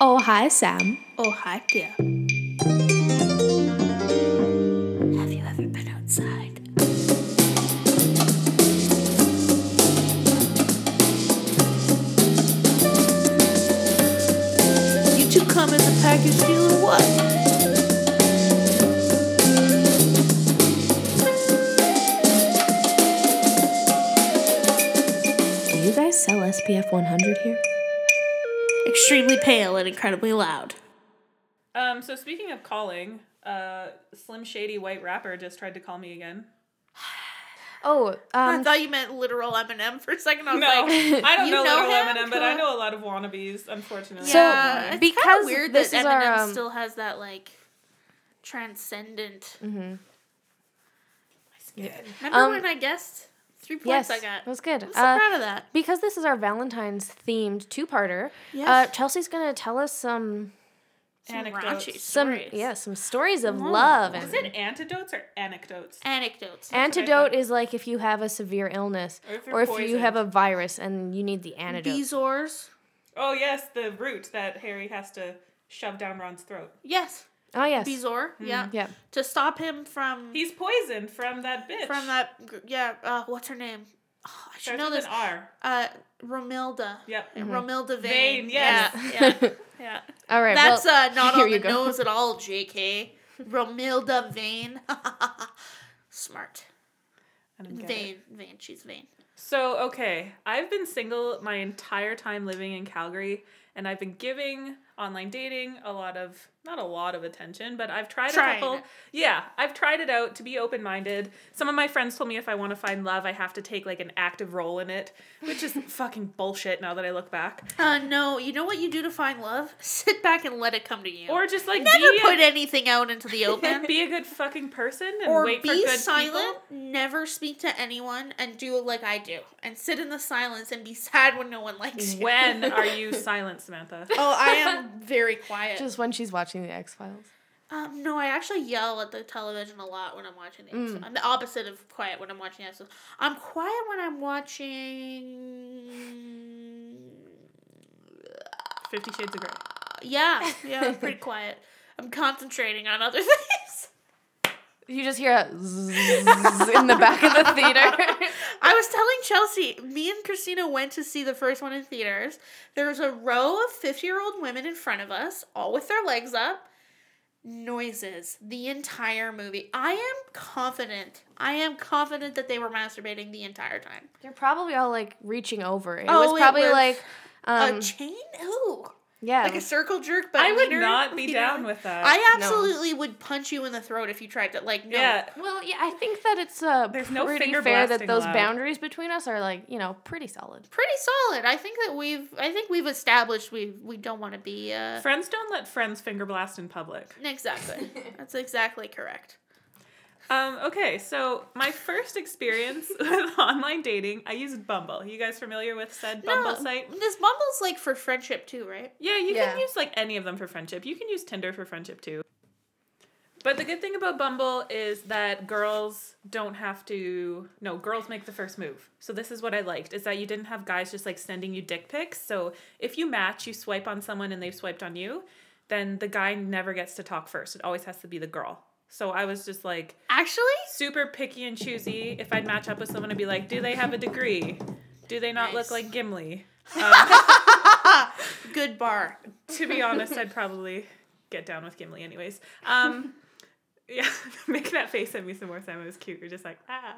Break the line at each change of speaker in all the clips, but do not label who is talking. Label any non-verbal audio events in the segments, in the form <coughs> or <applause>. Oh, hi, Sam.
Oh, hi, dear. Have you ever been outside? You two come in the package dealing what?
Do you guys sell SPF 100 here?
Extremely pale and incredibly loud.
Um, so speaking of calling, uh, Slim Shady White Rapper just tried to call me again.
Oh,
I thought you meant literal Eminem for a second. I was
No,
like,
I
<laughs>
don't
you
know,
know
Little
him? uh,
Eminem, but I
Come
know a lot of wannabes, unfortunately. Um,
So,
yeah, it's kinda
because
weird
this
that
is
Eminem
our, um,
still has that like transcendent. Remember
Mm-hmm. Um,
when I guessed three points?
yes,
I got.
it was good.
I'm so
Uh,
proud of that.
because this is our Valentine's themed two-parter.
Yes.
Uh, Chelsea's gonna tell us some
Some
anecdotes.
raunchy
some
stories.
yeah some stories of love
Is
and
it antidotes or anecdotes?
Anecdotes.
antidote is like if you have a severe illness
Or if you're
or if you have
poisoned.
a virus and you need the antidote.
Bezors.
Oh yes, the root that Harry has to shove down Ron's throat.
Yes.
oh yes.
Bezor. Yeah.
Yeah.
To stop him from
He's poisoned from that bitch.
from that. gr- Yeah. Uh, what's her name? Oh, I should
Starts
know
with
this.
an R.
Uh, Romilda.
Yep.
Mm-hmm.
Romilda Vane.
Vane, yes.
Yeah.
<laughs>
yeah. yeah.
All right.
That's
well,
uh,
<laughs>
not
here
on
you
the
go.
nose at all, JK. Romilda Vane. <laughs> Smart.
I didn't get it.
Vane. Vane. She's Vane.
So, okay, I've been single my entire time living in Calgary, and I've been giving online dating a lot of, not a lot of attention, but I've tried
Trying
a couple.
it.
Yeah, I've tried it out to be open minded. Some of my friends told me if I want to find love, I have to take like an active role in it,
<laughs>
which is fucking bullshit now that I look back.
Uh, no. You know what you do to find love? <laughs> Sit back and let it come to you.
Or just like
never
be,
put
a,
anything out into
<laughs>
the open.
be a good fucking person and
or
wait for
be
good
silent,
people.
never speak to anyone, and do like I do, and sit in the silence and be <laughs> sad when no one likes you.
When
<laughs>
are you silent, Samantha?
oh, I
<laughs>
am very quiet.
just when she's watching the X Files.
um, no, I actually yell at the television a lot when I'm watching the. episode. I'm the opposite of quiet when I'm watching the episode. I'm quiet when I'm watching.
Fifty Shades of Grey.
Yeah, yeah, I'm pretty quiet. I'm concentrating on other <laughs> things.
You just hear a <laughs> zzz in the back of the
<laughs>
theater.
I was telling Chelsea, me and Christina went to see the first one in theaters. There was a row of 50 year old women in front of us, all with their legs up. Noises the entire movie. I am confident. I am confident that they were masturbating the entire time.
They're probably all like reaching over. It
Oh,
was
it
probably
was
like, um,
a chain? Ooh.
yeah,
Like a circle jerk, but
I would
leaner,
not be
you
down
know?
with that.
I absolutely would punch you in the throat if you tried to. Like, no.
yeah,
Well, yeah, I think that it's uh,
There's no
pretty
finger
fair that
blasting
those
allowed.
boundaries between us are like, you know, pretty solid.
Pretty solid. I think that we've. I think we've established we we don't want to be. Uh,
Friends don't let friends finger blast in public. <laughs>
Exactly. That's exactly correct.
Um, okay, so my first experience <laughs> with online dating, I used Bumble. You guys familiar with said Bumble site?
This Bumble's like for friendship too, right?
Yeah, you
Yeah.
can use like any of them for friendship. You can use Tinder for friendship too. But the good thing about Bumble is that girls don't have to no, girls make the first move. So this is what I liked is that you didn't have guys just like sending you dick pics. So if you match, you swipe on someone and they've swiped on you, then the guy never gets to talk first. It always has to be the girl. So I was just like
Actually,
super picky and choosy. If I'd match up with someone, I'd be like, do they have a degree? Do they not
Nice.
look like Gimli?
good bar.
<laughs>
<laughs>
To be honest, I'd probably get down with Gimli anyways. Um, yeah, <laughs> make that face at me some more time. It was cute. You're just like, ah.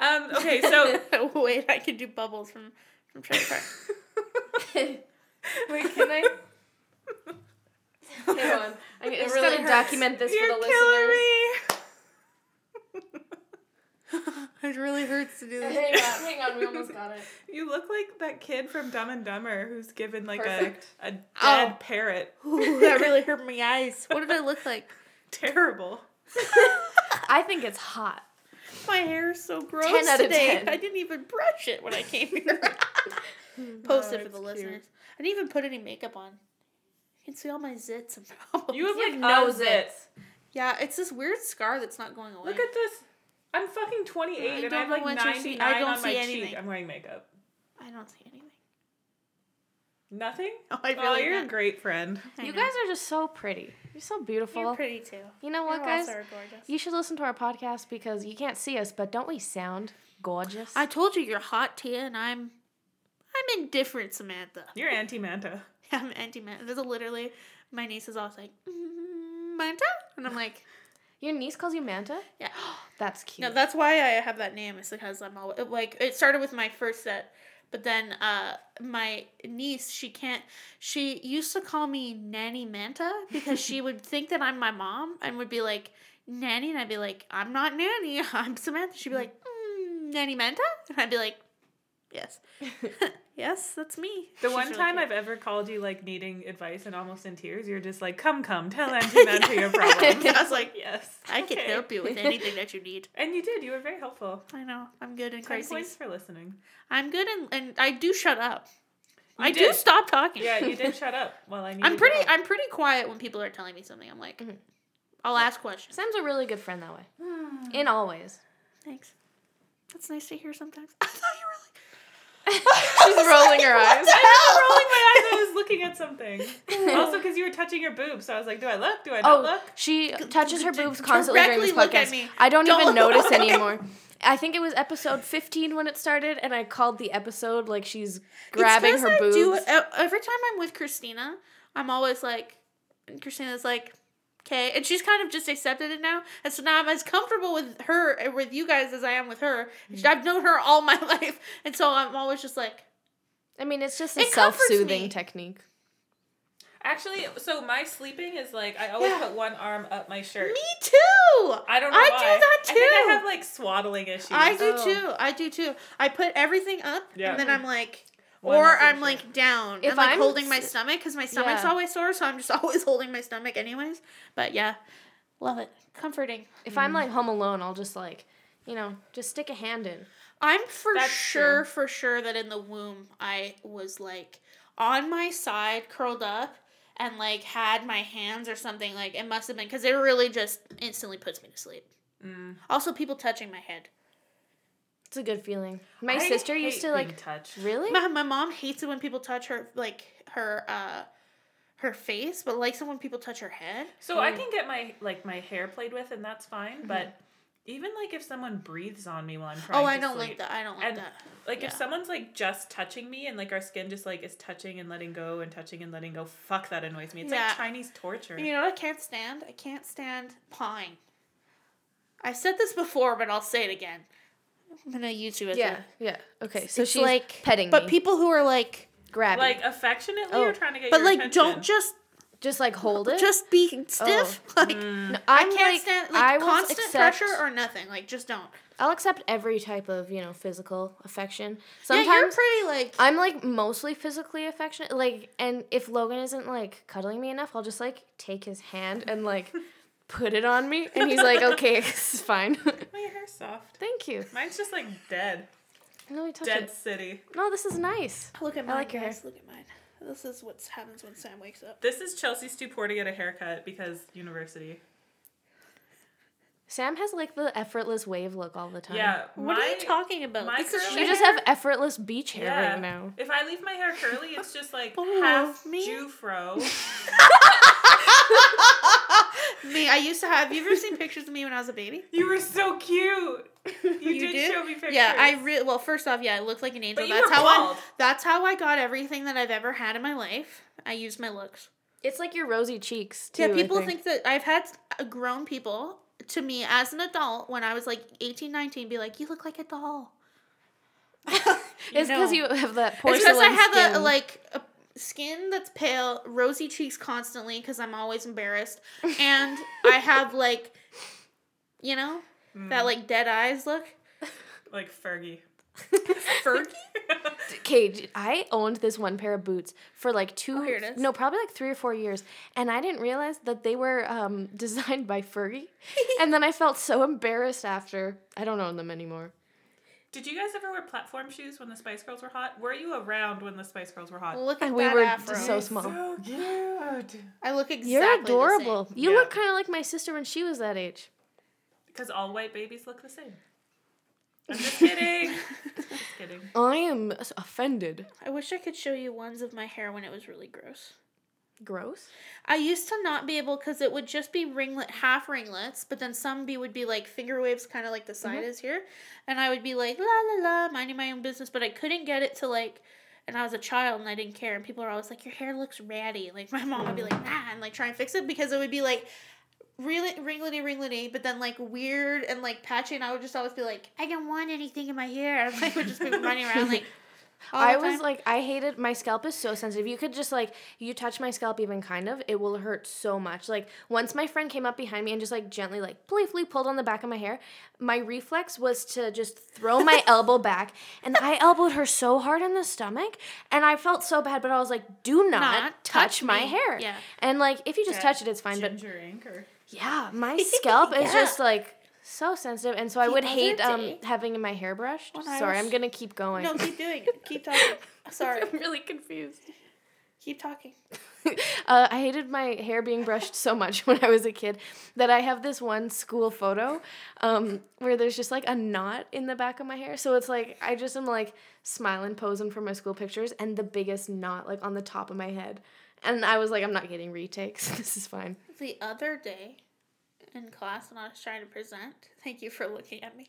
Um,
<laughs>
okay, so
Wait, I can do bubbles from from Trailer
<laughs>
Park.
<laughs> Wait, can
<laughs>
I? Hang on. I'm just
really
gonna
hurts.
document this
you're
for the
killing
listeners.
me.
it really hurts to do
<laughs>
this.
Hang on, hang on, we almost got it.
You look like that kid from Dumb and Dumber who's given like a,
Perfect.
a dead
Oh.
parrot. <laughs>
Ooh, that really hurt my eyes. What did I look like?
Terrible.
I think it's hot.
My hair is so gross
10 out of
today.
10.
I didn't even brush it when I came here. Post it for the
it's cute.
listeners. I didn't even put any makeup on. You can see all my zits and <laughs> problems.
You have
You
like
have
no
no
zits.
yeah, it's this weird scar that's not going away.
Look at this. I'm fucking 28
I
and
don't
I have
know
like
what you're seeing.
99
I don't
on my
see
cheek.
anything.
I'm wearing makeup.
I don't see anything.
Nothing?
No, I
oh,
really
you're a
don't.
great friend.
I
You
know.
guys are just so pretty. You're so beautiful.
You're pretty too.
You know what,
Your walls
guys?
are gorgeous.
You should listen to our podcast because you can't see us, but don't we sound gorgeous?
I told you you're hot, Tia, and I'm, I'm indifferent, Samantha. <laughs>
You're anti Manta.
I'm anti-Manta. There's literally, my niece is always like, "Mm, Manta, and I'm like,
Your niece calls you Manta?
yeah.
That's cute.
No, that's why I have that name is because I'm always like it started with my first set, but then uh my niece she can't she used to call me Nanny Manta because
<laughs>
she would think that I'm my mom and would be like Nanny and I'd be like I'm not Nanny <laughs> I'm Samantha she'd be like
Mm-hmm.
mm, Nanny Manta and I'd be like
<laughs>
yes <laughs> yes that's me
The
She's
one
really
time
cute.
I've ever called you like needing advice and almost in tears, you're just like, come,
<laughs>
come, tell Auntie Manta your problem.
I was like
yes.
<laughs> I can
Okay.
help you with anything that you
<laughs>
need
And you did. You were very helpful.
I know I'm good in
Ten points
crises
for listening.
I'm good and and I do shut up I do
did.
stop talking
Yeah, you did Mm-hmm. shut up while I needed
I'm
your
pretty.
help.
I'm pretty quiet when people are telling me something. I'm like,
Mhm.
I'll ask questions.
Sam's a really good friend that way. In all ways.
Thanks. That's nice to hear sometimes. <laughs> I thought you were like.
She's rolling her eyes.
I'm rolling my eyes. I
<laughs>
was looking at something. also, because you were touching your boobs, so I was like, "Do I look? Do I not
Oh,
look?"
she touches her boobs constantly during this
Directly look at
podcast.
me.
I don't,
Don't
even
look
notice
away.
anymore. I think it was episode 15 when it started, and I called the episode like she's grabbing
It's 'cause
her
I
boobs.
do- e- every time I'm with Christina, I'm always like, and Christina's like, okay, and she's kind of just accepted it now, and so now I'm as comfortable with her and with you guys as I am with her.
Mm-hmm.
I've known her all <laughs> my life, and so I'm always just like,
I mean, it's just a
It
self
comforts
soothing
me.
technique.
Actually, so my sleeping is like I always
Yeah.
put one arm up my shirt.
me too.
I don't know
I do
why.
that
I think
too.
I have like swaddling issues.
I do
Oh.
too. I do too. I put everything up,
Yeah.
and then I'm like,
Why
or
not do
I'm
shit?
like down.
If
and like
I'm-
holding my stomach because my stomach's
Yeah.
always sore, so I'm just <laughs> always holding my stomach anyways. But yeah, love it. Comforting.
If I'm like home alone, I'll just like, you know, just stick a hand in.
I'm for
That's
sure, for sure that in the womb I was like on my side, curled up, and like had my hands or something. Like it must have been because it really just instantly puts me to sleep.
Mm.
Also, people touching my head.
It's a good feeling. My
I
sister
hate
used to
being
like
touched.
really.
<laughs> My, my mom hates it when people touch her like her uh her face, but likes it when people touch her head.
So I can get my like my hair played with, and that's fine. But even like if someone breathes on me while I'm trying,
Mm-hmm. oh, I
to
don't like
sleep,
that. I don't like
And-
that.
Like if
Yeah.
someone's like just touching me, and like our skin just like is touching and letting go, and touching and letting go. Fuck that annoys me. It's
Yeah.
like Chinese torture.
You know what I can't stand? I can't stand pawing. I've said this before, but I'll say it again. I'm gonna use you as
Yeah,
a
yeah. Okay, so
It's
she's like
like-
petting
But
me,
people who are like,
grabbing,
Like affectionately,
Oh.
you're trying to get.
but
your
like,
attention.
don't just
just like hold it.
just be stiff. <laughs> Like,
Mm.
No, Oh. I'm
I can't
like,
stand
I
like
will
constant
accept,
pressure or nothing. Like, just don't.
I'll accept every type of you know physical affection.
Yeah,
Sometimes
you're pretty like.
I'm like mostly physically affectionate. Like, and if Logan isn't like cuddling me enough, I'll just like take his hand and
<laughs>
like put it on me, and he's like, "Okay, <laughs> it's fine."
My hair's soft.
Thank you.
Mine's just like dead.
No, we touch
Dead
it.
city.
No, this is nice.
Look at
I
mine,
like your hair.
guys. Look at mine. This is what happens when Sam wakes up.
This is Chelsea Stupor to get a haircut because university.
Sam has like the effortless wave look all the time.
Yeah.
What are
my-
you talking about?
my
This is
curly
You
shit.
just have effortless beach hair
Yeah.
right now.
If I leave my hair curly, it's just like
<laughs> Oh,
half
me?
Jufro.
me. I used to have. You ever seen pictures of me when I was a baby?
You were so
<laughs>
cute. You, did, show me pictures.
Yeah, I re- well, first off, yeah, I looked like an angel.
But you
that's
were
how
bald.
I. That's how I got everything that I've ever had in my life. I used my looks.
It's like your rosy cheeks too.
yeah, people
I
think. that I've had uh, grown people to me as an adult when I was like 18, 19 be like, "You look like a doll."
it's because
No.
you have that
It's
porcelain
because I have
skin.
a, a, like a skin that's pale, rosy cheeks constantly because I'm always embarrassed, and I
<laughs>
have like, you know, that like dead eyes look.
like Fergie. <laughs>
Fergie.
Okay, d- I owned this one pair of boots for like two,
here it is.
no, probably like three or four years, and I didn't realize that they were um, <laughs> designed by Fergie, and then I felt so embarrassed after. I don't own them anymore.
Did you guys ever wear platform shoes when the Spice Girls were hot? Were you around when the Spice Girls were hot?
Look at
And we
that
were
afro.
so small.
So
<laughs>
cute.
I look exactly.
You're
the same.
adorable. You
Yeah.
look kind of like my sister when she was that age.
Because all white babies look the same.
<laughs>
I'm just kidding. just kidding.
I am offended.
I wish I could show you ones of my hair when it was really gross.
Gross.
I used to not be able because it would just be ringlet, half ringlets, but then some be would be like finger waves, kind of like the
Mm-hmm.
side is here, and I would be like la la la, minding my own business, but I couldn't get it to like. And I was a child and I didn't care, and people are always like, "Your hair looks ratty." Like <laughs> my mom would be like, "Nah," and like try and fix it because it would be like really ringlety ringlety, but then like weird and like patchy, and I would just always be like, "I don't want anything in my hair." And like would just be running around like.
<laughs>
all
I
the
was
time.
like, I hated my scalp is so sensitive. You could just like, you touch my scalp even kind of, it will hurt so much. Like once my friend came up behind me and just like gently, like playfully pulled on the back of my hair, my reflex was to just throw
<laughs>
my elbow back, and I elbowed her so hard in the stomach, and I felt so bad. But I was like, do not,
Not
touch,
touch
my
me.
hair.
Yeah.
And like, if you just touch it, it's fine. But
Ginger anchor.
Yeah,
<laughs>
my scalp is
Yeah.
just like so sensitive, and so I
The
would
other
hate um
day-
having my hair brushed.
When I
Sorry,
was-
I'm gonna keep going.
No,
<laughs>
keep doing it. Keep talking. Sorry,
I'm really confused.
keep talking.
<laughs> uh, I hated my hair being brushed so much <laughs> when I was a kid that I have this one school photo um, where there's just like a knot in the back of my hair. So it's like I just am like smiling, posing for my school pictures, and the biggest knot like on the top of my head. And I was like, I'm not getting retakes. <laughs> This is fine.
The other day in class when I was trying to present, thank you for looking at me.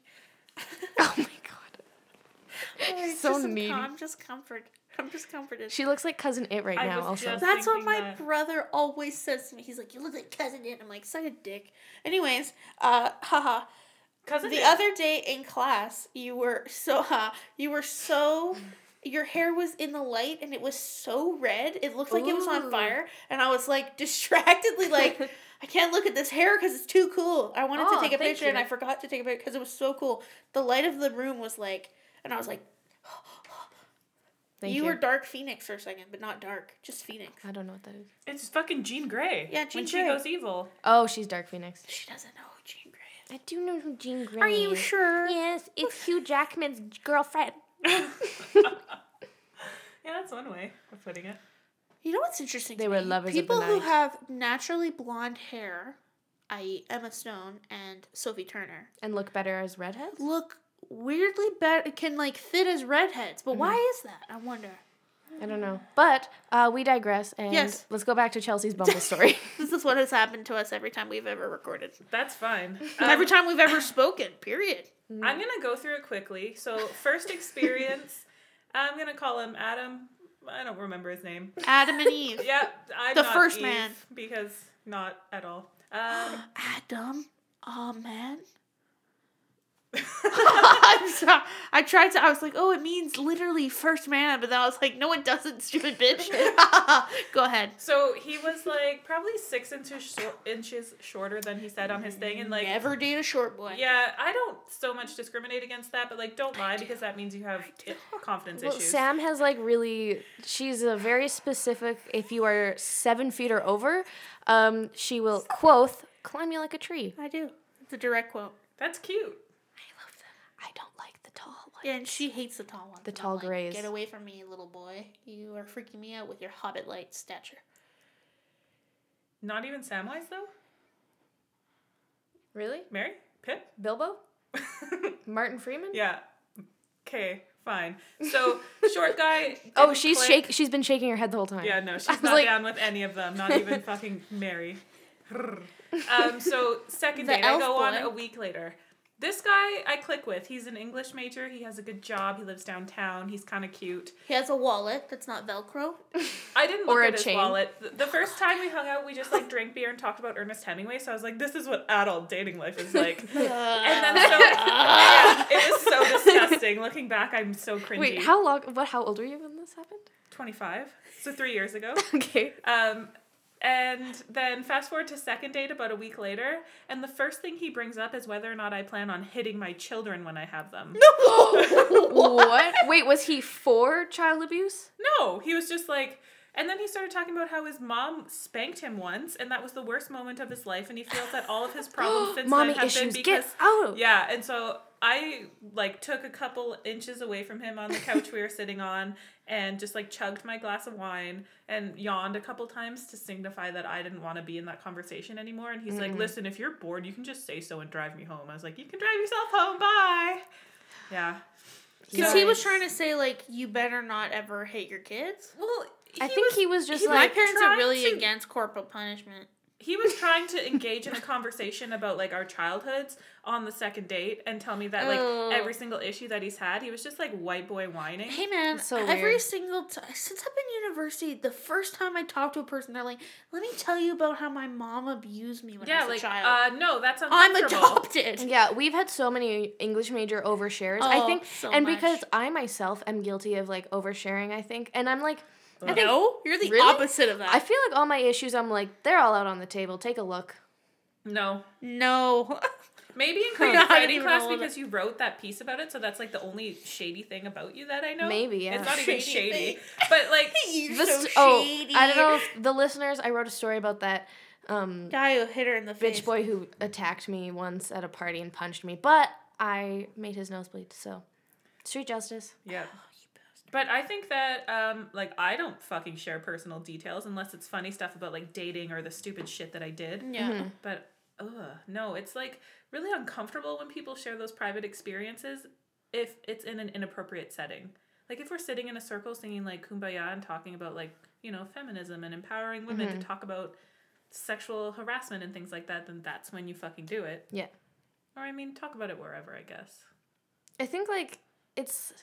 Oh my god,
It's
So
just some
needy.
I'm just comfort. I'm just comforted.
she looks like cousin it right
I
now.
was
Also,
just-
That's what my
thinking that.
brother always says to me. He's like, "You look like cousin Dan." I'm like, "Suck a dick." Anyways, uh, haha.
Cousin
The
Dan.
other day in class, you were so ha. you were so. Your hair was in the light and it was so red. It looked like it was on
Ooh.
fire, and I was like <laughs> distractedly like, I can't look at this hair because it's too cool. I wanted
Aw,
to take a
thank
picture and
you.
I forgot to take a picture because it was so cool. The light of the room was like, and I was like, <gasps>
Thank
you, were dark Phoenix for a second, but not dark, just Phoenix.
I don't know what that is.
It's fucking Jean Grey.
Yeah, Jean
When she
Grey. <laughs>
goes evil. <laughs>
Oh, she's Dark Phoenix.
She doesn't know who Jean Grey
I do know who Jean Grey
is. Are you sure?
Yes, it's Hugh Jackman's girlfriend.
yeah, that's one way of putting it.
You know what's interesting?
They
to
were
me?
lovers of the
People who
night.
have naturally blonde hair, i.e., Emma Stone and Sophie Turner,
And look better as redheads?
look weirdly better. Can like fit as redheads, but
Mm-hmm.
why is that? I wonder.
I don't know. But uh, we digress and
Yes.
let's go back to Chelsea's Bumble
<laughs>
story.
This is what has happened to us every time we've ever recorded.
That's fine.
every
Um,
time
<coughs>
we've ever spoken. Period.
I'm gonna go through it quickly. So first experience, I'm gonna call him Adam. I don't remember his name.
Adam and Eve.
<laughs>
Yeah, I'm
The
not
first
Eve,
man.
because not at all. Um,
Adam.
<laughs>
Oh man. <laughs> I'm sorry. I tried to. I was like, oh, it means literally first man, but then I was like, no, it doesn't, stupid
<laughs>
bitch. <laughs> Go ahead.
so he was like probably six inches shor- inches shorter than he said on his thing, and like
Never date a short boy.
yeah, I don't so much discriminate against that, but like don't lie because that means you have i- confidence
well,
issues.
Sam has like really, she's a very specific, if you are seven feet or over, um, she will, quoth, climb you like a tree.
I do. It's a direct quote.
That's cute.
I don't like the tall one.
Yeah, and she hates the tall ones.
The
and I'm
tall
like,
grays.
Get away from me, little boy. You are freaking me out with your hobbit light stature.
Not even Samwise though.
Really?
Mary, Pip. <laughs>
Bilbo? Martin Freeman?
yeah. Okay. Fine. So short guy.
Oh,
didn't
she's
click.
shake. She's been shaking her head the whole time.
Yeah, no, she's
I was
not
like-
down with any of them. Not
<laughs>
even fucking Mary. um, so second
The
date, I
elf
go on
boy.
a week later. This guy I click with. He's an English major. He has a good job. He lives downtown. He's kind of cute.
He has a wallet that's not Velcro.
I didn't
Or
look
a
at his
chain.
wallet. The-
<laughs>
The first time we hung out, we just like drank beer and talked about Ernest Hemingway. So I was like, this is what adult dating life
<laughs>
is like. And then so yeah, it was so disgusting. Looking back, I'm so cringy.
Wait, how long? What? How old were you when this happened?
<laughs> 25. So three years ago.
Okay.
Um, and then fast forward to second date about a week later, and the first thing he brings up is whether or not I plan on hitting my children when I have them. No,
what? Wait, was he for child abuse?
he was just like, and then he started talking about how his mom spanked him once, and that was the worst moment of his life, and he feels that all of
<gasps>
his problems since
Mommy
then have
issues.
been because
Get out.
yeah, and so I like took a couple inches away from him on the couch we were sitting on and just like chugged my glass of wine and yawned a couple times to signify that I didn't want to be in that conversation anymore. And he's like, Listen, if you're bored, you can just say so and drive me home. I was like, You can drive yourself home, bye. Yeah.
Because
Yeah.
he was trying to say like, you better not ever hate your kids.
Well,
I think he was just
he was
My
like
trying
parents are really
to-
against corporal punishment.
he was trying to engage in a conversation about like our childhoods on the second date and tell me that like
Oh.
every single issue that he's had, he was just like white boy whining.
Hey man,
That's so
every
weird.
single time since I've been in university, the first time I talk to a person, they're like, "Let me tell you about how my mom abused me when I
Yeah,
was a
like
child.
uh no, that's
I'm
uncomfortable.
adopted."
Yeah, we've had so many English major overshares. I
Oh,
think
so
and
much.
because I myself am guilty of like oversharing, I think. And I'm like I think
No, you're the
Really?
opposite of that.
I feel like all my issues I'm like they're all out on the table. Take a look.
No.
no, <laughs>
Maybe in
I
creative
didn't
writing
even
class
know that.
because you wrote that piece about it, so that's like the only shady thing about you that I know.
Maybe, yeah.
It's not even
Shady
shady.
thing.
But like
<laughs> you're
The
so
st-
shady.
oh, I don't know if the listeners I wrote a story about that um
Guy who hit her in the face.
bitch boy who attacked me once at a party and punched me, but I made his nose bleed, so street justice.
Yeah. But I think that um like I don't fucking share personal details unless it's funny stuff about like dating or the stupid shit that I did.
Yeah.
Mm-hmm.
But ugh, no, it's like really uncomfortable when people share those private experiences if it's in an inappropriate setting. Like if we're sitting in a circle singing like Kumbaya and talking about like, you know, feminism and empowering women to talk about sexual harassment and things like that, then that's when you fucking do it.
Yeah.
Or I mean, talk about it wherever, I guess.
I think like it's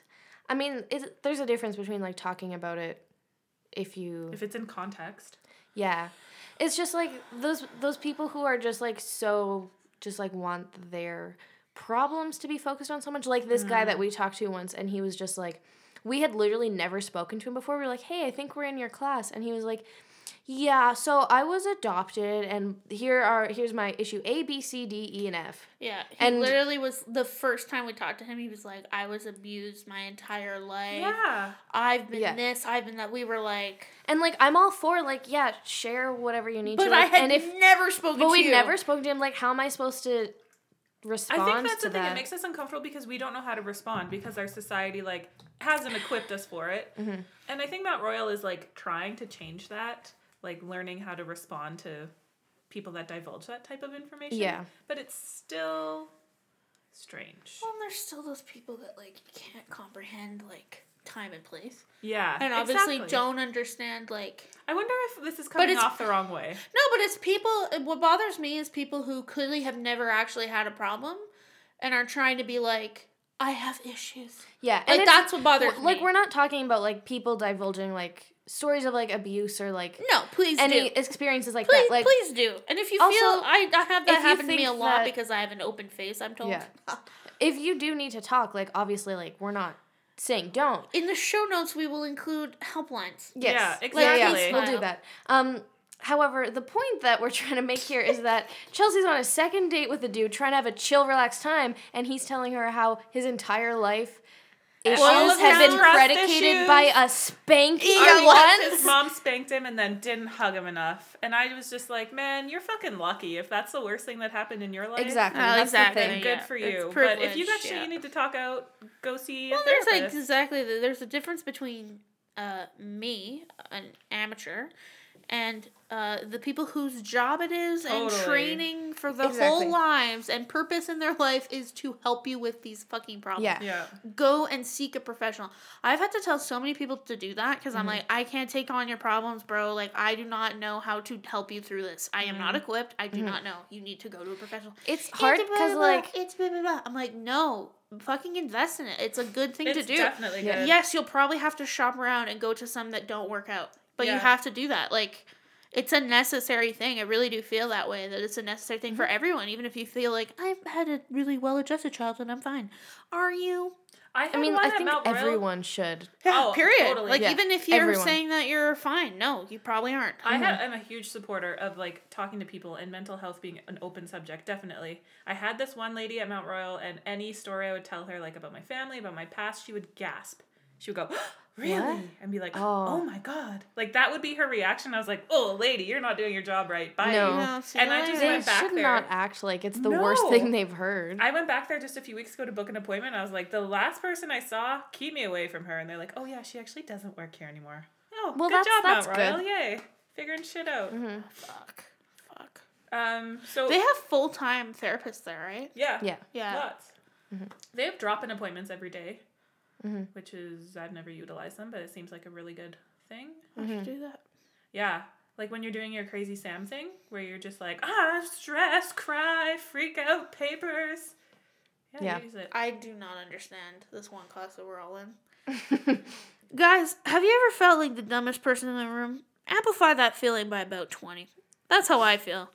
I mean, it, there's a difference between like talking about it if you
If it's in context.
Yeah. It's just like those those people who are just like so just like want their problems to be focused on so much. Like this guy that we talked to once and he was just like we had literally never spoken to him before. We were like, "Hey, I think we're in your class." And he was like, "Yeah, so I was adopted and here are here's my issue A B C D E and F."
Yeah, he
And-
literally was the first time we talked to him. He was like, "I was abused my entire life.
Yeah.
I've been
Yeah.
this. I've been that." We were like,
And like I'm all for like, yeah, share whatever you need
"But
to.
I
like,
had
and if
never spoken
but
to
we
you."
never spoke to him like how am I supposed to respond
I think that's
to
the thing.
that?
It makes us uncomfortable because we don't know how to respond because our society like hasn't equipped us for it. And I think Mount Royal is like trying to change that, like learning how to respond to people that divulge that type of information.
Yeah.
but it's still strange.
Well, and there's still those people that like can't comprehend like time and place,
Yeah,
and obviously
exactly.
don't understand like.
I wonder if this is coming
it's-
off the wrong way.
No, but it's people. What bothers me is people who clearly have never actually had a problem, and are trying to be like, "I have issues."
Yeah,
Like
it's-
that's what bothers
like
me.
we're not talking about like people divulging like stories of like abuse or like
no, please do.
any experiences like
Please,
that. Like
please do. And if you
Also,
feel I, I have that
if you
happen to me
think
a lot
that-
because I have an open face, I'm told.
Yeah. if you do need to talk, like obviously, like we're not saying don't.
In the show notes, we will include helplines.
Yes,
Yeah,
Like, yes,
exactly.
we'll do that. Um. However, the point that we're <laughs> trying to make here is that Chelsea's on a second date with a dude trying to have a chill, relaxed time, and he's telling her how his entire life issues
all
of
have
his
been
trust
predicated
issues.
by a spanking
Yeah,
at
lots
once.
His mom spanked him and then didn't hug him enough, and I was just like, "Man, you're fucking lucky if that's the worst thing that happened in your life."
Exactly.
Oh,
that's the
exactly.
thing.
Good
Yeah,
for
it's
you. But if you
privilege,
got shit
yeah.
you need to talk out, go see a
Well, Oh, there's
therapist.
like exactly the, there's a difference between uh, me, an amateur, and uh, the people whose job it is and
Totally.
training for their
Exactly.
whole lives and purpose in their life is to help you with these fucking problems.
Yeah.
yeah.
go and seek a professional. I've had to tell so many people to do that because I'm like, I can't take on your problems, bro. Like, I do not know how to help you through this. I am not equipped. I do not know. You need to go to a professional.
It's hard
It's blah,
because
blah, blah.
like
it's blah, blah, blah. I'm like, no, fucking invest in it. It's a good thing
It's
to do.
definitely
Yeah.
good.
yes, you'll probably have to shop around and go to some that don't work out, but
Yeah.
you have to do that. Like. It's a necessary thing. I really do feel that way. That it's a necessary thing
Mm-hmm.
for everyone, even if you feel like I've had a really well-adjusted childhood, I'm fine. Are you?
I, had
I mean,
one
I
at
think
Mount Royal.
everyone should.
Yeah,
Oh,
period.
totally.
Like
Yeah,
even if you're
everyone.
saying that you're fine, no, you probably aren't.
I had, I'm a huge supporter of like talking to people and mental health being an open subject. Definitely, I had this one lady at Mount Royal, and any story I would tell her, like about my family, about my past, she would gasp. She would go, <gasps> "Really?"
What?
and be like,
Oh.
oh. my god!" Like that would be her reaction. I was like, "Oh, lady, you're not doing your job right." Bye.
No.
No, see
And
you
I
later.
just
They
went back
should
there.
not act like it's the worst
No.
thing they've heard.
I went back there just a few weeks ago to book an appointment. I was like, the last person I saw, keep me away from her. And they're like, oh yeah, she actually doesn't work here anymore. Oh,
Well,
good
that's-
job,
that's Mm-hmm.
Mount Royal. Yay, figuring shit out.
Fuck. Fuck.
Um, so
They have full time therapists there, right?
yeah,
yeah. Mm-hmm.
Yeah.
lots. They have drop in appointments every day, which is, I've never utilized them, but it seems like a really good thing.
I
Mm-hmm.
should do that.
Yeah. Like when you're doing your crazy Sam thing, where you're just like, ah, stress, cry, freak out, papers. Yeah,
Yeah.
use it.
I do not understand this one class that we're all in. <laughs> Guys, have you ever felt like the dumbest person in the room? Amplify that feeling by about 20. That's how I feel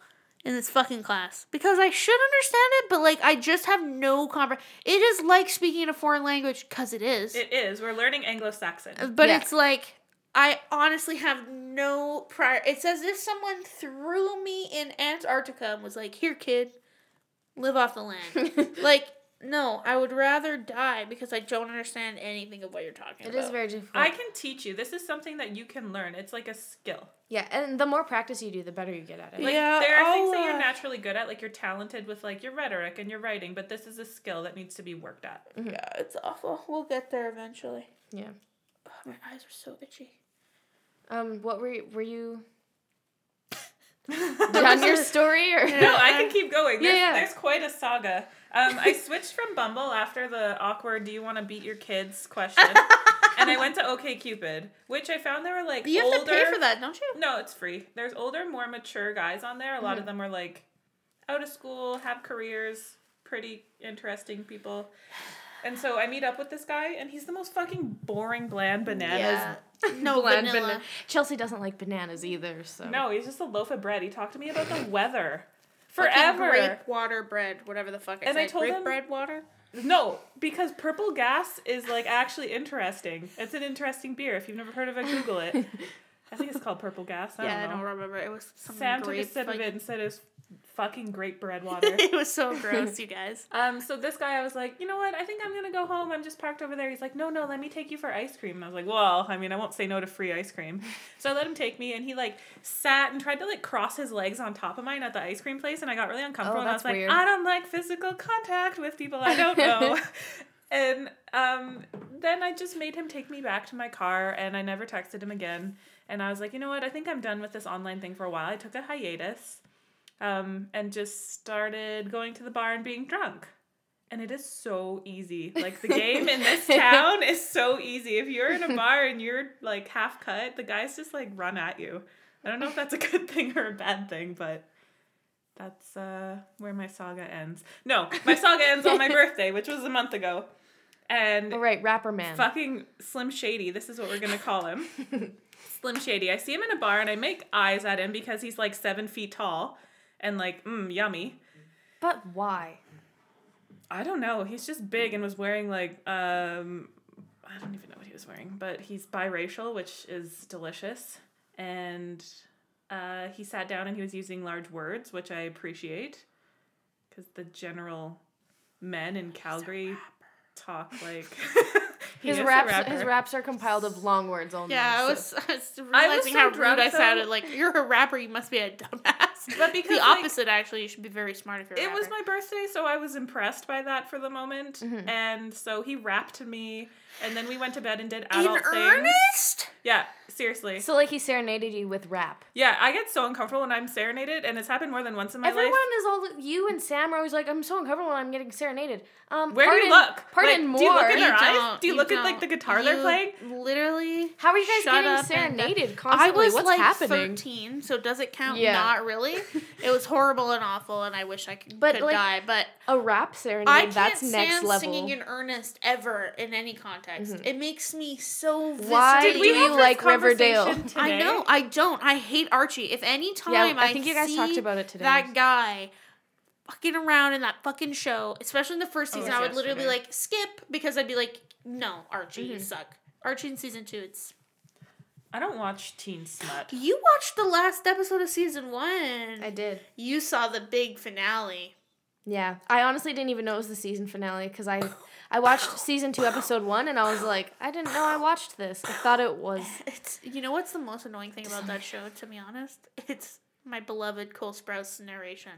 in this fucking class. Because I should understand it, but like I just have no compre. It is like speaking a foreign language, because it is.
It is. We're learning Anglo-Saxon.
but
Yeah.
it's like I honestly have no prior. It's as if someone threw me in Antarctica and was like, "Here, kid, live off the land." <laughs> like, no, I would rather die because I don't understand anything of what you're talking
It
about.
is very difficult.
I can teach you. This is something that you can learn. It's like a skill.
yeah, and the more practice you do, the better you get at it.
Like
Yeah,
there are things
I'll,
that
uh,
you're naturally good at, like you're talented with like your rhetoric and your writing, but this is a skill that needs to be
<laughs>
worked at.
Yeah, it's awful. We'll get there eventually.
yeah.
Oh, my eyes are so itchy.
Um, what were you, were
<laughs>
you done your story or? <laughs>
No, I can keep going. There's,
Yeah, yeah.
there's quite a saga. Um, I switched from Bumble after the awkward "Do you want to beat your kids?" question,
<laughs>
and I went to OKCupid, which I found there were like
You have
older.
to pay for that, don't you?
No, it's free. There's older, more mature guys on there. A lot of
Mm-hmm.
them were like out of school, have careers, pretty interesting people. And so I meet up with this guy, and he's the most fucking boring, bland bananas.
<laughs> No
Bland
vanilla.
bana- Chelsea doesn't like bananas either, so.
No, he's just a loaf of bread. He talked to me about the weather
<laughs> Fucking
forever.
Grape water bread, whatever the fuck. I
And I
said.
told
grape
him-
bread water.
No, because purple gas is like actually interesting. It's an interesting beer. If you've never heard of it, Google it.
<laughs>
I think it's called purple gas. I
yeah,
don't
I don't
know.
remember. It was some
Sam took a
grape
sip of
fucking-
it and said it was fucking
<laughs>
great bread water.
it was so gross, you
<laughs>
guys.
um, so this guy, I was like, you know what? I think I'm gonna go home. I'm just parked over there. He's like, no, no, let me take you for ice cream. And I was like, well, I mean, I won't say no to free ice cream. <laughs> So I let him take me, and he like sat and tried to like cross his legs on top of mine at the ice cream place, and I got really uncomfortable. and
Oh,
I
that's
was like,
weird.
I don't like physical contact with people I don't know. and um, then I just made him take me back to my car, and I never texted him again. And I was like, you know what? I think I'm done with this online thing for a while. I took a hiatus um, and just started going to the bar and being drunk. And it is so easy. Like the game in this town is so easy. If you're in a bar and you're like half cut, the guys just like run at you. I don't know if that's a good thing or a bad thing, but that's uh, where my saga ends. No, my saga ends on my birthday, which was a month ago. And
All right, rapper man.
Fucking Slim Shady. This is what we're gonna call him. Slim Shady. I see him in a bar and I make eyes at him because he's like seven feet tall and like, mmm, yummy.
But why?
I don't know. He's just big and was wearing like, um, I don't even know what he was wearing, but he's biracial, which is delicious. And uh, he sat down and he was using large words, which I appreciate because the general men in Calgary talk like. <laughs> He
His
is a
raps,
rapper.
his raps are compiled of long words
Oh,
only.
Yeah, I
so-
was, I was realizing
so
how rude
drunk,
I
though.
sounded. Like you're a rapper, you must be a dumbass.
<laughs> But because,
the
like-
opposite, actually, you should be very smart if you're. A
It was
rapper.
my birthday, so I was impressed by that for the moment.
Mm-hmm.
And so he rapped to me, and then we went to bed and did adult
in
things.
earnest.
Yeah, seriously.
So like he serenaded you with rap.
Yeah, I get so uncomfortable when I'm serenaded, and it's happened more than once in my
Everyone
life.
is all you and Sam are always like, I'm so uncomfortable when I'm getting serenaded. Um,
Where
pardon,
do you look?
Pardon
Like,
more.
Do you look in
You
their eyes?
don't-
Do you,
you
look at like the
don't.
guitar they're
You
playing?
Literally.
How are you guys
Shut
getting
up and-
serenaded
I
constantly?
was
What's
like
happening?
13, so does it count?
Yeah.
Not really.
<laughs>
It was horrible and awful, and I wish I could,
But,
could
like,
die. But
A rap serenade.
I can't
that's
stand
next level. Mm-hmm.
singing in earnest ever in any context. It makes me so.
Why
viscerally
do you
have this
like Riverdale?
conversation
I
today?
know. I don't. I hate Archie. If any time I,
I think you guys
see
talked about it today.
That guy fucking around in that fucking show, especially in the first
Oh, it
season,
was
I would literally be
yesterday.
like skip because I'd be like, no, Archie,
Mm-hmm.
you suck. Archie in season two, it's
I don't watch Teen Slut.
you watched the last episode of season one.
I did.
You saw the big finale.
Yeah, I honestly didn't even know it was the season finale because I, I watched season two, episode one, and I was like, I didn't know I watched this. I thought it was.
It's you know what's the most annoying thing about that show, to be honest? <laughs> It's my beloved Cole Sprouse narration.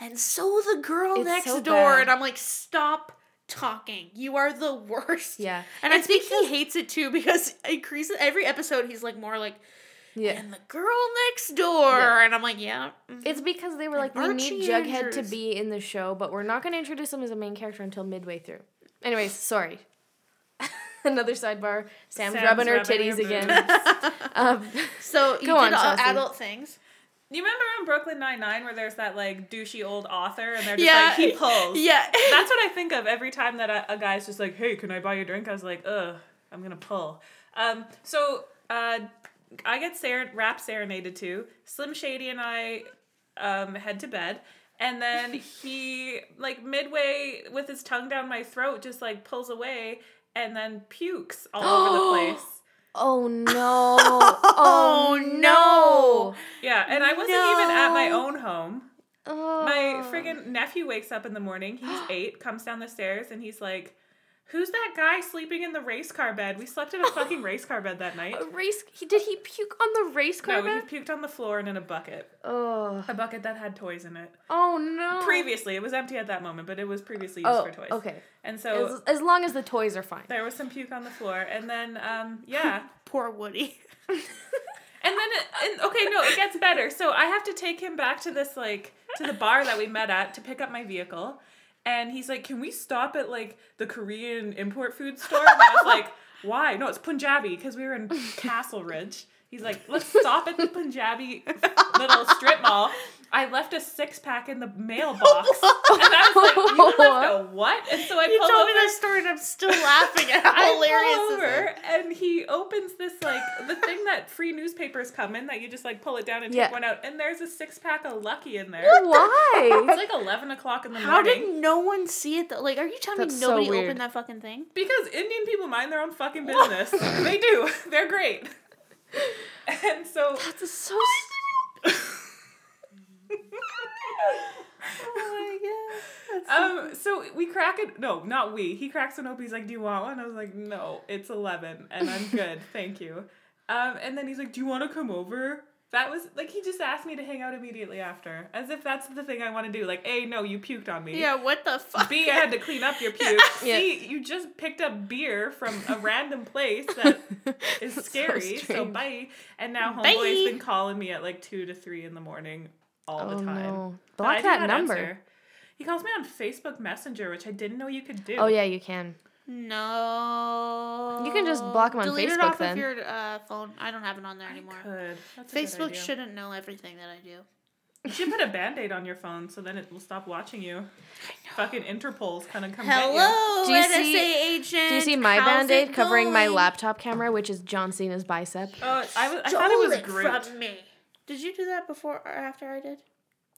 And so the girl
It's
next
so
door,
bad.
and I'm like, stop talking. You are the <laughs> worst.
Yeah.
<laughs> And I think he hates it too because increases every episode he's like more like
Yeah.
and the girl next door.
Yeah.
And I'm like, yeah. mhm.
It's because they were like,
And
we need
Archie
Jughead to
Andrews.
be in the show, but we're not going to introduce him as a main character until midway through. Anyways, sorry. <laughs> Another sidebar. Sam's, rubbing her titties again. Um,
So you
Go on,
did all
Chelsea.
adult things.
You remember on Brooklyn Nine Nine where there's that like douchey old author and they're just
Yeah.
like he pulls.
Yeah. <laughs>
That's what I think of every time that a, a guy's just like, "Hey, can I buy you a drink?" I was like, "Ugh, I'm gonna pull." Um, so uh, I get ser- rap serenaded to. Slim Shady and I um, head to bed, and then he like midway with his tongue down my throat, just like pulls away and then pukes all over the place.
oh no. Oh no.
Yeah, and I wasn't even at my
No.
own home.
Oh.
My friggin' nephew wakes up in the
<gasps>
morning. He's eight, comes down the stairs, and he's like, Who's that guy sleeping in the race car bed? We slept in a
<laughs>
fucking race car bed that night.
A race. He, did he puke on the race car?
No, he
bed?
puked on the floor and in a bucket.
oh.
A bucket that had toys in it.
Oh no.
Previously, it was empty at that moment, but it was previously used
Oh,
for toys.
okay.
And so
As, as long as the toys are fine.
there was some puke on the floor, and then, um,
<laughs>
yeah.
Poor Woody.
And then, it, and, okay, no, it gets better. So I have to take him back to this, like, to the bar that we met at to pick up my vehicle. And he's like, Can we stop at, like, the Korean import food store? And I
<laughs>
was like, Why? No, it's Punjabi, because we were in Castle Ridge. He's like, Let's stop at the Punjabi little strip mall. I left a six pack in the
<laughs>
mailbox. And I was
<laughs>
like, You left a what? And so I
You
pulled
told me
over.
that story and I'm still laughing at
<laughs> I
how
pull
hilarious
over and he opens this like the thing that free newspapers come in that you just like pull it down and
Yeah.
take one out and there's a six pack of Lucky in there.
Why?
It's like eleven o'clock in the
this is. How
morning.
did no one see it though? Like, are you telling
That's
me
so
nobody
weird.
opened that fucking thing?
Because Indian people mind their own fucking business. they do. <laughs> They're great. And so
That's so. s-
Oh my god.
um so we crack it no, not we. He cracks one open, he's like, Do you want one? I was like, No, it's eleven and
<laughs>
I'm good, thank you. Um and then he's like, Do you wanna come over? That was like he just asked me to hang out immediately after. As if that's the thing I want to do. Like, A, no, you puked on me.
yeah, what the fuck?
B, I had to clean up your puke.
<laughs> Yeah.
C, you just picked up beer from a random place
<laughs>
that is
That's so
scary. So,
strange.
bye. And now
Bye.
homeboy's been calling me at like two to three in the morning all
Oh,
the time.
no.
But I
Block
do
that
not
number.
answer. He calls me on Facebook Messenger, which I didn't know you could do.
Oh yeah, you can.
No.
You can just block 'em on
Delete
Facebook
it off
then.
of your uh, phone. I don't have it on there anymore.
Could. That's a good
Facebook
idea.
shouldn't know everything that I do.
You should put a band aid on your phone so then it will stop watching you. Fucking Interpol's kind of come get
Hello,
Do you
NSA
see-
agent.
Do you see my
How's it
band aid covering my
going?
laptop camera, which is John Cena's bicep?
you. Oh, I, was, I
Stole
thought it was
it
Groot.
from me. Did you do that before or after I did?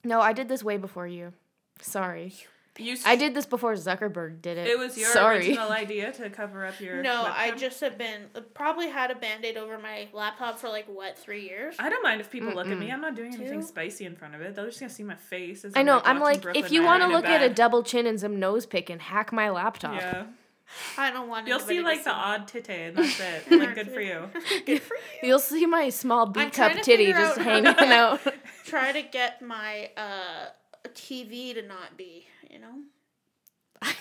No, I did this way before you. Sorry.
You
I did this before Zuckerberg did it.
It was your
Sorry.
original idea to cover up your.
No, I
webcam?
just have been uh, probably had a band aid over my laptop for like what three years.
I don't mind if people look at me. I'm not doing anything
Two.
spicy in front of it. They're just gonna see my face. As
<laughs> I know. I'm
watching
like,
Brooklyn
if you
Nine-Nine
want to look
in
at a
bed.
double chin and some nose pick and hack my laptop,
yeah,
I don't want.
you'll see
anybody
like
to
the odd titty, and that's <laughs> it. I'm like, good for you.
you'll see my small B
I'm
cup
trying to
titty
figure
just
out how
hanging
to-
out. <laughs>
try to get my uh TV to not be. You know,
I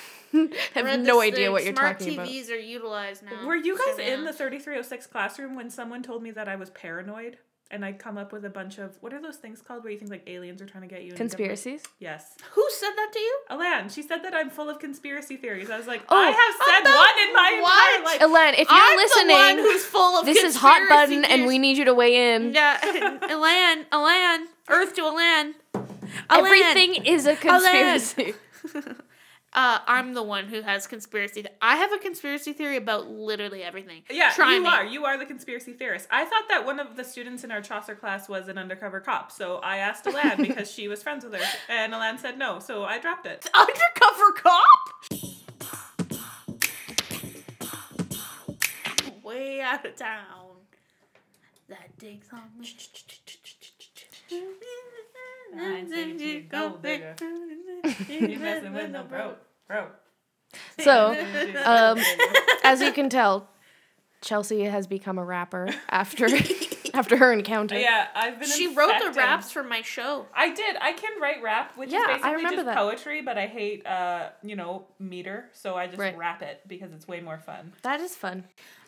have no idea what you're
smart
talking
Smart
about.
TVs are utilized now.
Were you guys
so
in
yeah.
the 3306 classroom when someone told me that I was paranoid and I'd come up with a bunch of what are those things called where you think like aliens are trying to get you? and you get-
Conspiracies?
Yes,
Who said that to you?
Alan. She said that I'm full of conspiracy theories. I was like,
Oh,
I have said
about
one in my entire
what?
life.
Ellen, if you're
I'm the one <laughs>
listening,
who's full of
this is hot
conspiracy
button and
theories.
we need you to weigh in.
<laughs> Yeah, Elan, Elan, Earth to Elan. Elan.
Everything is a conspiracy.
Uh, I'm the one who has conspiracy. Th- I have a conspiracy theory about literally everything.
Yeah,
Try
you
me.
are. You are the conspiracy theorist. I thought that one of the students in our Chaucer class was an undercover cop, so I
<laughs>
asked Alan because she was friends with her, and Alan said no, so I dropped it.
Undercover cop. Way out of town. That digs on me.
Nine seventy, gold digger.
<laughs>
You messing with no bro, <laughs> bro.
<laughs> so,
Uh,
um, as you can tell, Chelsea has become a rapper after after her encounter.
Yeah, I've been.
She wrote the
infected.
raps for my show.
I did. I can write rap, which
Yeah, I
is basically
remember
just
that.
poetry, but I hate, uh, you know, meter, so I just
Right.
rap it because it's way more fun.
That is fun.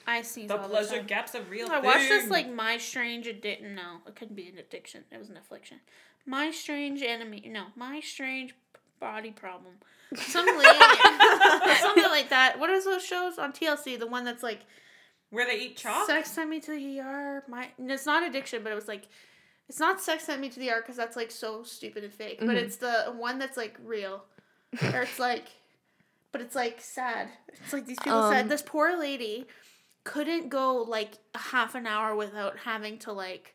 I sneeze.
The
all
pleasure
time.
gap's a real
I
thing.
watched this like My Strange Addiction. No, it couldn't be an addiction. It was an affliction. My Strange Enemy. No, My Strange Body Problem. Some lady, something like that. What are those shows on TLC? The one that's like
where they eat chalk.
Sex sent me to the ER. My and it's not addiction, but it was like, it's not sex sent me to the ER because that's like so stupid and fake.
Mm-hmm.
But it's the one that's like real, or
<laughs>
it's like, but it's like sad. It's like these people
Um,
said this poor lady couldn't go like half an hour without having to like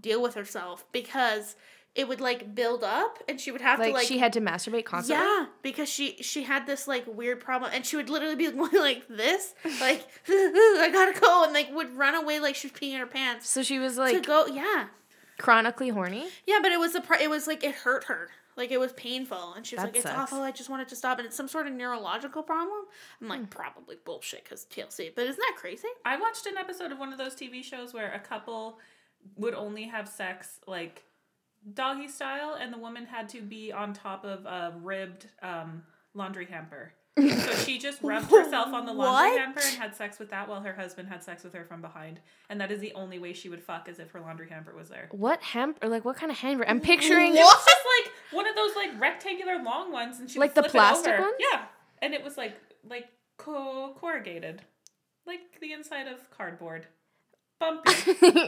deal with herself because it would like build up and she would have
Like,
to like
she had to masturbate constantly.
yeah, because she she had this like weird problem, and she would literally be <laughs> going like this, like <laughs> I gotta go, and like would run away like she was peeing in her pants
So she was
to
like
go. Yeah,
chronically horny.
yeah, but it was the part. It was like it hurt her, like it was painful, and she was
That
like, "It's
sucks.
awful. I just want it to stop." And it's some sort of neurological problem. I'm like, probably bullshit because TLC, but isn't that crazy?
I watched an episode of one of those TV shows where a couple would only have sex like doggy style, and the woman had to be on top of a ribbed um, laundry hamper. so she just rubbed herself on the laundry
What?
hamper and had sex with that while her husband had sex with her from behind. And that is the only way she would fuck is if her laundry hamper was there.
What hemp or like what kind of hamper? I'm picturing
It was just like one of those like rectangular long ones, and she
Like
would
the
flip
plastic
it over.
ones?
Yeah, and it was like like co- corrugated, like the inside of cardboard,
<laughs>
bumpy.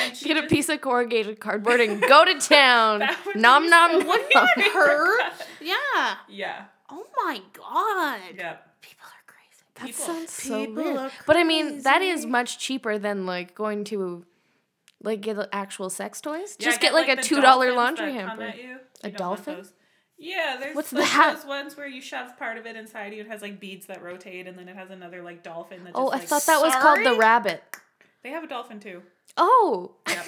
And she
<laughs> Get a
just-
piece of corrugated cardboard and go to town.
That would
nom
be
nom
so
nom.
weird.
<laughs> Her, yeah.
Yeah,
Oh my god,
yeah.
people are crazy.
That
People-
sounds so
people
weird.
are
But I mean, that is
crazy.
much cheaper than like going to like get the actual sex toys.
Yeah,
Just
I
get, like, a
the
two dollar
dolphins
laundry
that come
hamper.
at you.
A
You don't want
dolphin?
those. Yeah, there's
What's
like
that?
those ones where you shove part of it inside you. It has like beads that rotate, and then it has another like dolphin that. Just,
Oh, I
like,
thought that was called the
sorry?
rabbit.
they have a
<laughs>
dolphin too.
Oh.
Yep.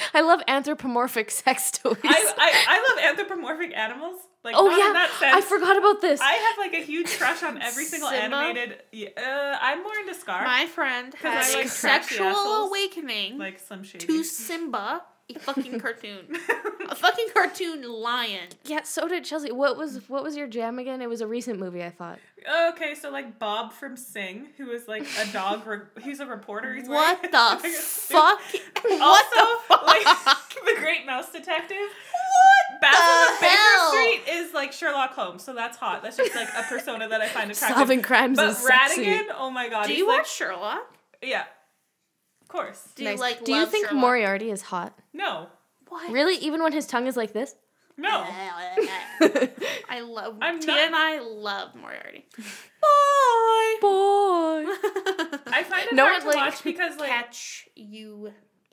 <laughs> I love anthropomorphic <laughs> sex toys.
I, I, I love anthropomorphic animals. Like,
<laughs> oh
not in
yeah,
that sense.
I forgot about this.
I have like a huge crush
<laughs>
on every single
Simba?
animated. Yeah, Uh, I'm more into Scar,
My friend
I
had
like
a
trashy
sexual
assholes.
awakening.
like Slim Shady. <laughs>
to Simba, a fucking cartoon. a fucking cartoon lion.
yeah, so did Chelsea. What was what was your jam again? It was a recent movie, I thought.
okay, so like Bob from Sing, who is like a dog. Re- he's a reporter. He's
What
<laughs> wearing-
the
<laughs>
fuck?
Also,
What the fuck?
<laughs> like the Great Mouse Detective. What? Basil
the
of
hell?
Baker Street is like Sherlock Holmes, so that's hot. That's just like a persona that I find attractive.
Solving crimes
but
is sexy.
Radigan, oh my god,
Do
he's
you
like,
watch Sherlock?
Yeah, of course.
Do you
Nice.
like?
Do you
love
think
Sherlock?
Moriarty is hot?
No,
What? <laughs>
Really, even when his tongue is like this? <laughs>
no.
I love.
I'm
Tia
not-
and I love Moriarty. <laughs>
Boy. Boy.
<laughs>
<laughs>
I find it
No
hard to
one, like,
watch because like
Catch you.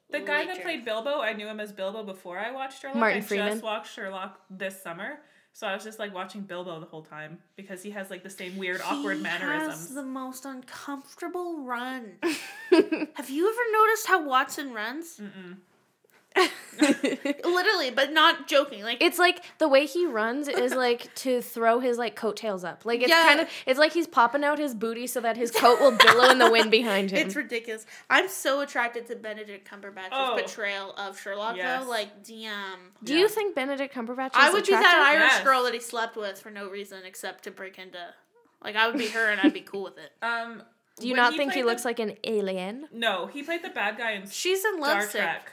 the guy that
later.
played Bilbo, I knew him as Bilbo before I watched Sherlock.
Martin
I
Freeman.
just watched Sherlock this summer, so I was just like watching Bilbo the whole time because he has like the same weird, awkward
He
mannerisms.
Has the most uncomfortable
<laughs>
run. Have you ever noticed how Watson runs?
Mm-mm.
Literally, but not joking. Like
it's like the way he runs is
<laughs>
like to throw his like coattails up. Like it's
Yeah.
kind of it's like he's popping out his booty so that his coat will billow in the
<laughs>
wind behind him.
It's ridiculous. I'm so attracted to Benedict Cumberbatch's
Oh.
portrayal of Sherlock,
Yes.
though. Like, damn.
Do you think Benedict Cumberbatch is
I would be
attractive?
that Irish
Yes.
girl that he slept with for no reason except to break into. Like, I would be her and I'd be cool with it.
Um,
Do you
when
not think
played
he
the-
looks like an alien?
No, he played the bad guy in
<laughs> She's in
Star
love sick.
Trek.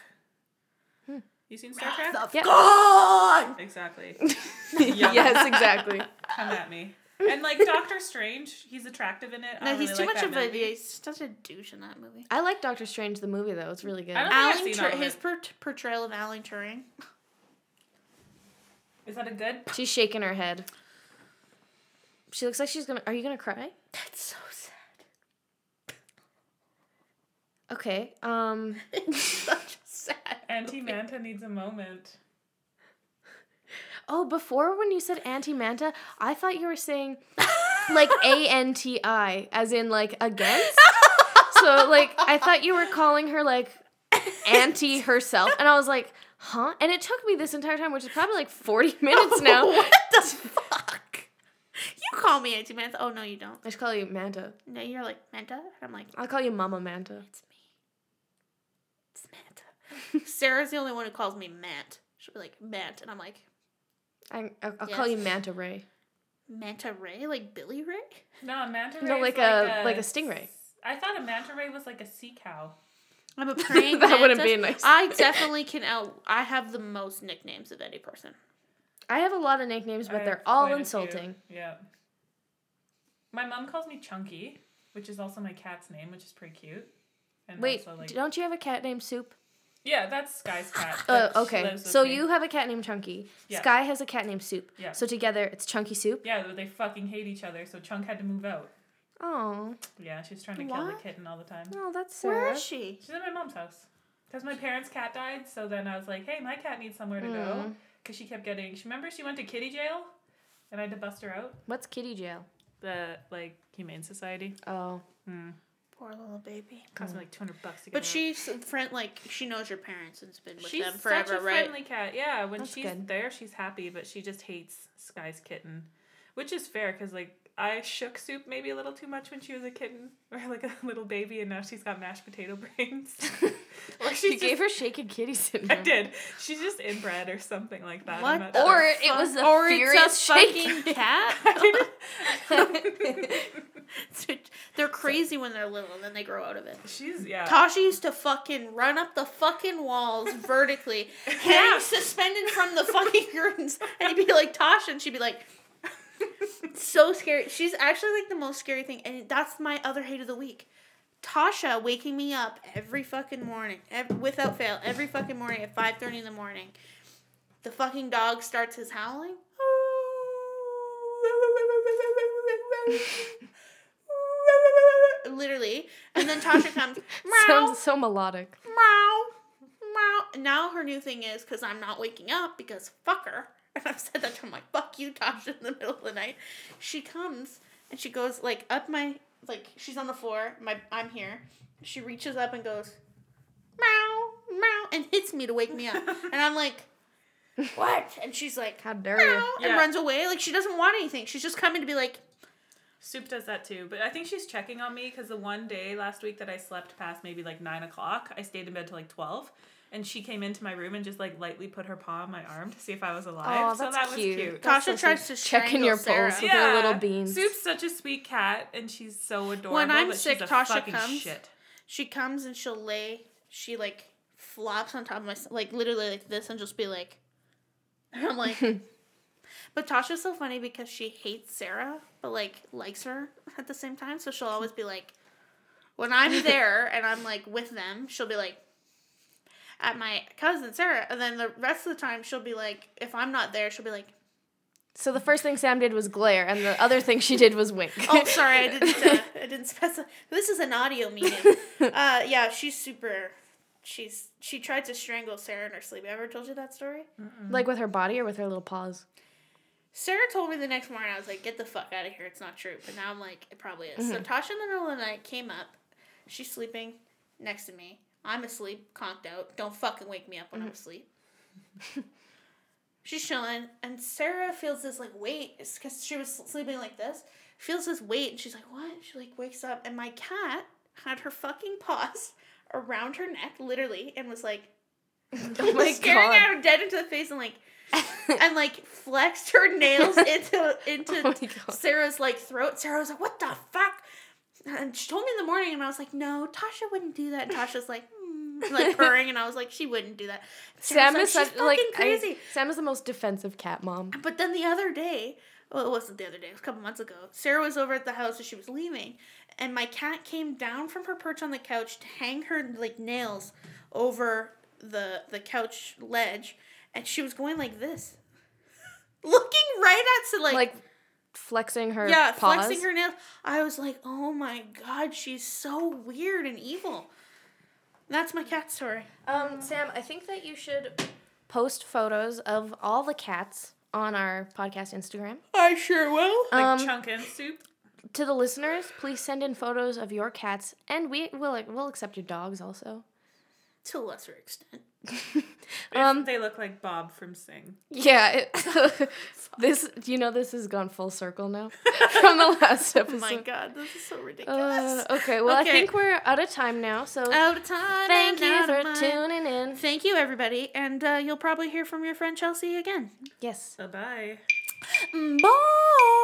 Hmm.
You seen Star Trek?
Yep.
God! <laughs>
Exactly.
<laughs> yes, exactly.
Come at me. And like Doctor Strange, he's attractive in it. I
No,
don't
he's
really
too
like
much
that
of a.
movie.
He's such a douche in that movie.
I like Doctor Strange the movie though. It's really good.
I don't- think I've
Alan
seen
Tur-
all of
his
it.
per- portrayal of Alan Turing.
Is that a good?
She's shaking her head. She looks like she's gonna. Are you gonna cry?
<laughs> That's so <laughs> sad.
Okay. Um.
It's such a sad. <laughs>
Auntie Manta needs a moment.
Oh, before when you said anti manta, I thought you were
<laughs>
saying like A N T I, as in like against.
<laughs>
so like I thought you were calling her like
<laughs>
anti herself, and I was like, huh? And it took me this entire time, which is probably like
<laughs>
forty minutes now.
<laughs> what the fuck? You call me Auntie Manta. Oh, no, you don't.
I should call you Manta.
No, you're like, Manta? And I'm like,
I'll call you Mama Manta.
It's me. It's Matt. Sarah's the only one who calls me Matt. She'll be like, Matt. And I'm like,
I, I'll, I'll call you Manta Ray.
Manta Ray? Like Billy Ray?
No, Manta.
No,
Ray's
like a- like a stingray.
I thought a manta ray was like a sea cow.
I'm a praying
That wouldn't
mantis.
be nice.
I definitely can out. I have the most nicknames of any person.
I have a lot of nicknames,
I
but
have
they're all
quite a few.
insulting.
Yeah. My mom calls me Chunky, which is also my cat's name, which is pretty cute. And
Wait,
also, like,
don't you have a cat named Soup?
yeah, that's
<sighs>
Sky's cat.
Uh,
but she
okay,
lives with
so
me.
you have a cat named Chunky.
Yeah.
Sky has a cat named Soup.
Yeah.
So together, it's Chunky Soup.
Yeah, but they fucking hate each other, so Chunk had to move out.
Oh,
Yeah, she's trying to kill the
What?
kitten all the time.
oh, that's sad.
Where is she?
She's at my mom's house. Because my parents' cat died, so then I was like, hey, my cat needs somewhere to
Hmm.
go. Because she kept getting. She remember she went to kitty jail? And I had to bust her out?
What's kitty jail?
The, like, Humane Society.
Oh,
Poor little baby.
Cost
Hmm.
me like 200 bucks to get
But
her out.
she's a friend. Like she knows your parents and's been with
she's
them forever,
such a
right?
friendly cat. Yeah, when
That's
she's
good.
there, she's happy, but she just hates Sky's kitten, which is fair because like I shook soup maybe a little too much when she was a kitten <laughs> or like a little baby, and now she's got mashed potato <laughs>
<laughs>
brains. or
you
she
gave her shaken kitty
<laughs> I
syndrome.
did. She's just inbred or something like that.
What
I'm not
the
Or
sure.
it was a
or
furious
it's a
shaking.
fucking cat. <laughs>
<laughs>
<laughs>
They're crazy when they're little, and then they grow out of it.
she's yeah. <laughs>
Tasha used to fucking run up the fucking walls vertically, hanging suspended from the fucking curtains, and he'd be like Tasha, and she'd be like, so scary. She's actually like the most scary thing, and that's my other hate of the week. Tasha waking me up every fucking morning, ev- without fail, every fucking morning at five thirty in the morning. The fucking dog starts his howling. Literally, and then Tasha comes. "Meow."
Sounds so melodic.
Meow. Meow. Now her new thing is because I'm not waking up because fuck her. <laughs> And I've said that to her. I'm like, <laughs> fuck you, Tasha, in the middle of the night. She comes and she goes like up my like she's on the floor. My I'm here. She reaches up and goes, meow, meow, and <laughs> hits me to wake me
<laughs>
up. and I'm like, what? And she's like,
How dare
meow,
you?
and
Yeah.
runs away. Like she doesn't want anything. She's just coming to be like,
Soup does that too, but I think she's checking on me because the one day last week that I slept past maybe like nine o'clock, I stayed in bed till like twelve, and she came into my room and just like lightly put her paw on my arm to see if I was alive.
Oh,
so
that's
that
cute.
was cute.
That's
Tasha
so
tries
sweet.
to
checking your
strangle
pulse with her
Sarah.
little beans.
Soup's such a sweet cat, and she's so adorable.
When I'm
but
sick,
she's a
Tasha
fucking
comes.
Shit.
she comes and she'll lay she like flops on top of my like literally like this and just be like <laughs> and i'm like but tasha's so funny because she hates sarah but like likes her at the same time so she'll always be like when i'm there and i'm like with them she'll be like at my cousin sarah and then the rest of the time she'll be like if i'm not there she'll be like
So the first thing Sam did was glare, and the other thing she did was wink.
<laughs> Oh, sorry, I didn't. Uh, I didn't specify. This is an audio medium. Uh, yeah, she's super. She's she tried to strangle Sarah in her sleep. Ever told you that story?
<laughs> like with her body or with her little
<laughs>
paws.
Sarah told me the next morning. I was like, "Get the fuck out of here! It's not true." But now I'm like, it probably is. So Tasha in the middle of the night came up. She's sleeping next to me. I'm asleep, conked out. Don't fucking wake me up when I'm asleep. She's chilling, and Sarah feels this like weight because she was sleeping like this. Feels this weight, and she's like, "What?" She like wakes up, and my cat had her fucking paws <laughs> around her neck, literally, and was like, <laughs>
Oh my
staring
God.
at her dead into the face, and like, and like flexed her
<laughs>
nails into into
Oh my God.
Sarah's like throat. Sarah was like, "What the fuck?" And she told me in the morning, and I was like, "No, Tasha wouldn't do that." And Tasha's like. "Hmm," Like purring, and I was like, she wouldn't do that. Sarah's
Sam is
"She's
such like
fucking
I-
crazy.
Sam is the most defensive cat mom.
But then the other day, well, it wasn't the other day, it was a couple months ago, Sarah was over at the house as she was leaving, and my cat came down from her perch on the couch to hang her like nails over the the couch ledge, and she was going like this. <laughs> Looking right at so like,
Like flexing her
yeah,
paws.
flexing her nails. I was like, oh my god, she's so weird and evil. That's my cat story.
Um, Sam, I think that you should post photos of all the cats on our podcast Instagram.
I sure will.
Like
Um,
Chunk and Soup.
to the listeners, please send in photos of your cats, and we will we'll accept your dogs also.
To a lesser extent.
If
Um,
they look like Bob from Sing.
Yeah, it, <laughs> this you know this has gone full circle now <laughs> from the last
Oh
episode.
my god, this is so ridiculous.
Uh, okay, Uh, well
Okay.
I think we're out of time now, so
out of time.
thank
and out
you
of
for
mind.
tuning in.
Thank you, everybody, and uh, you'll probably hear from your friend Chelsea again.
Yes.
Bye bye.
Bye.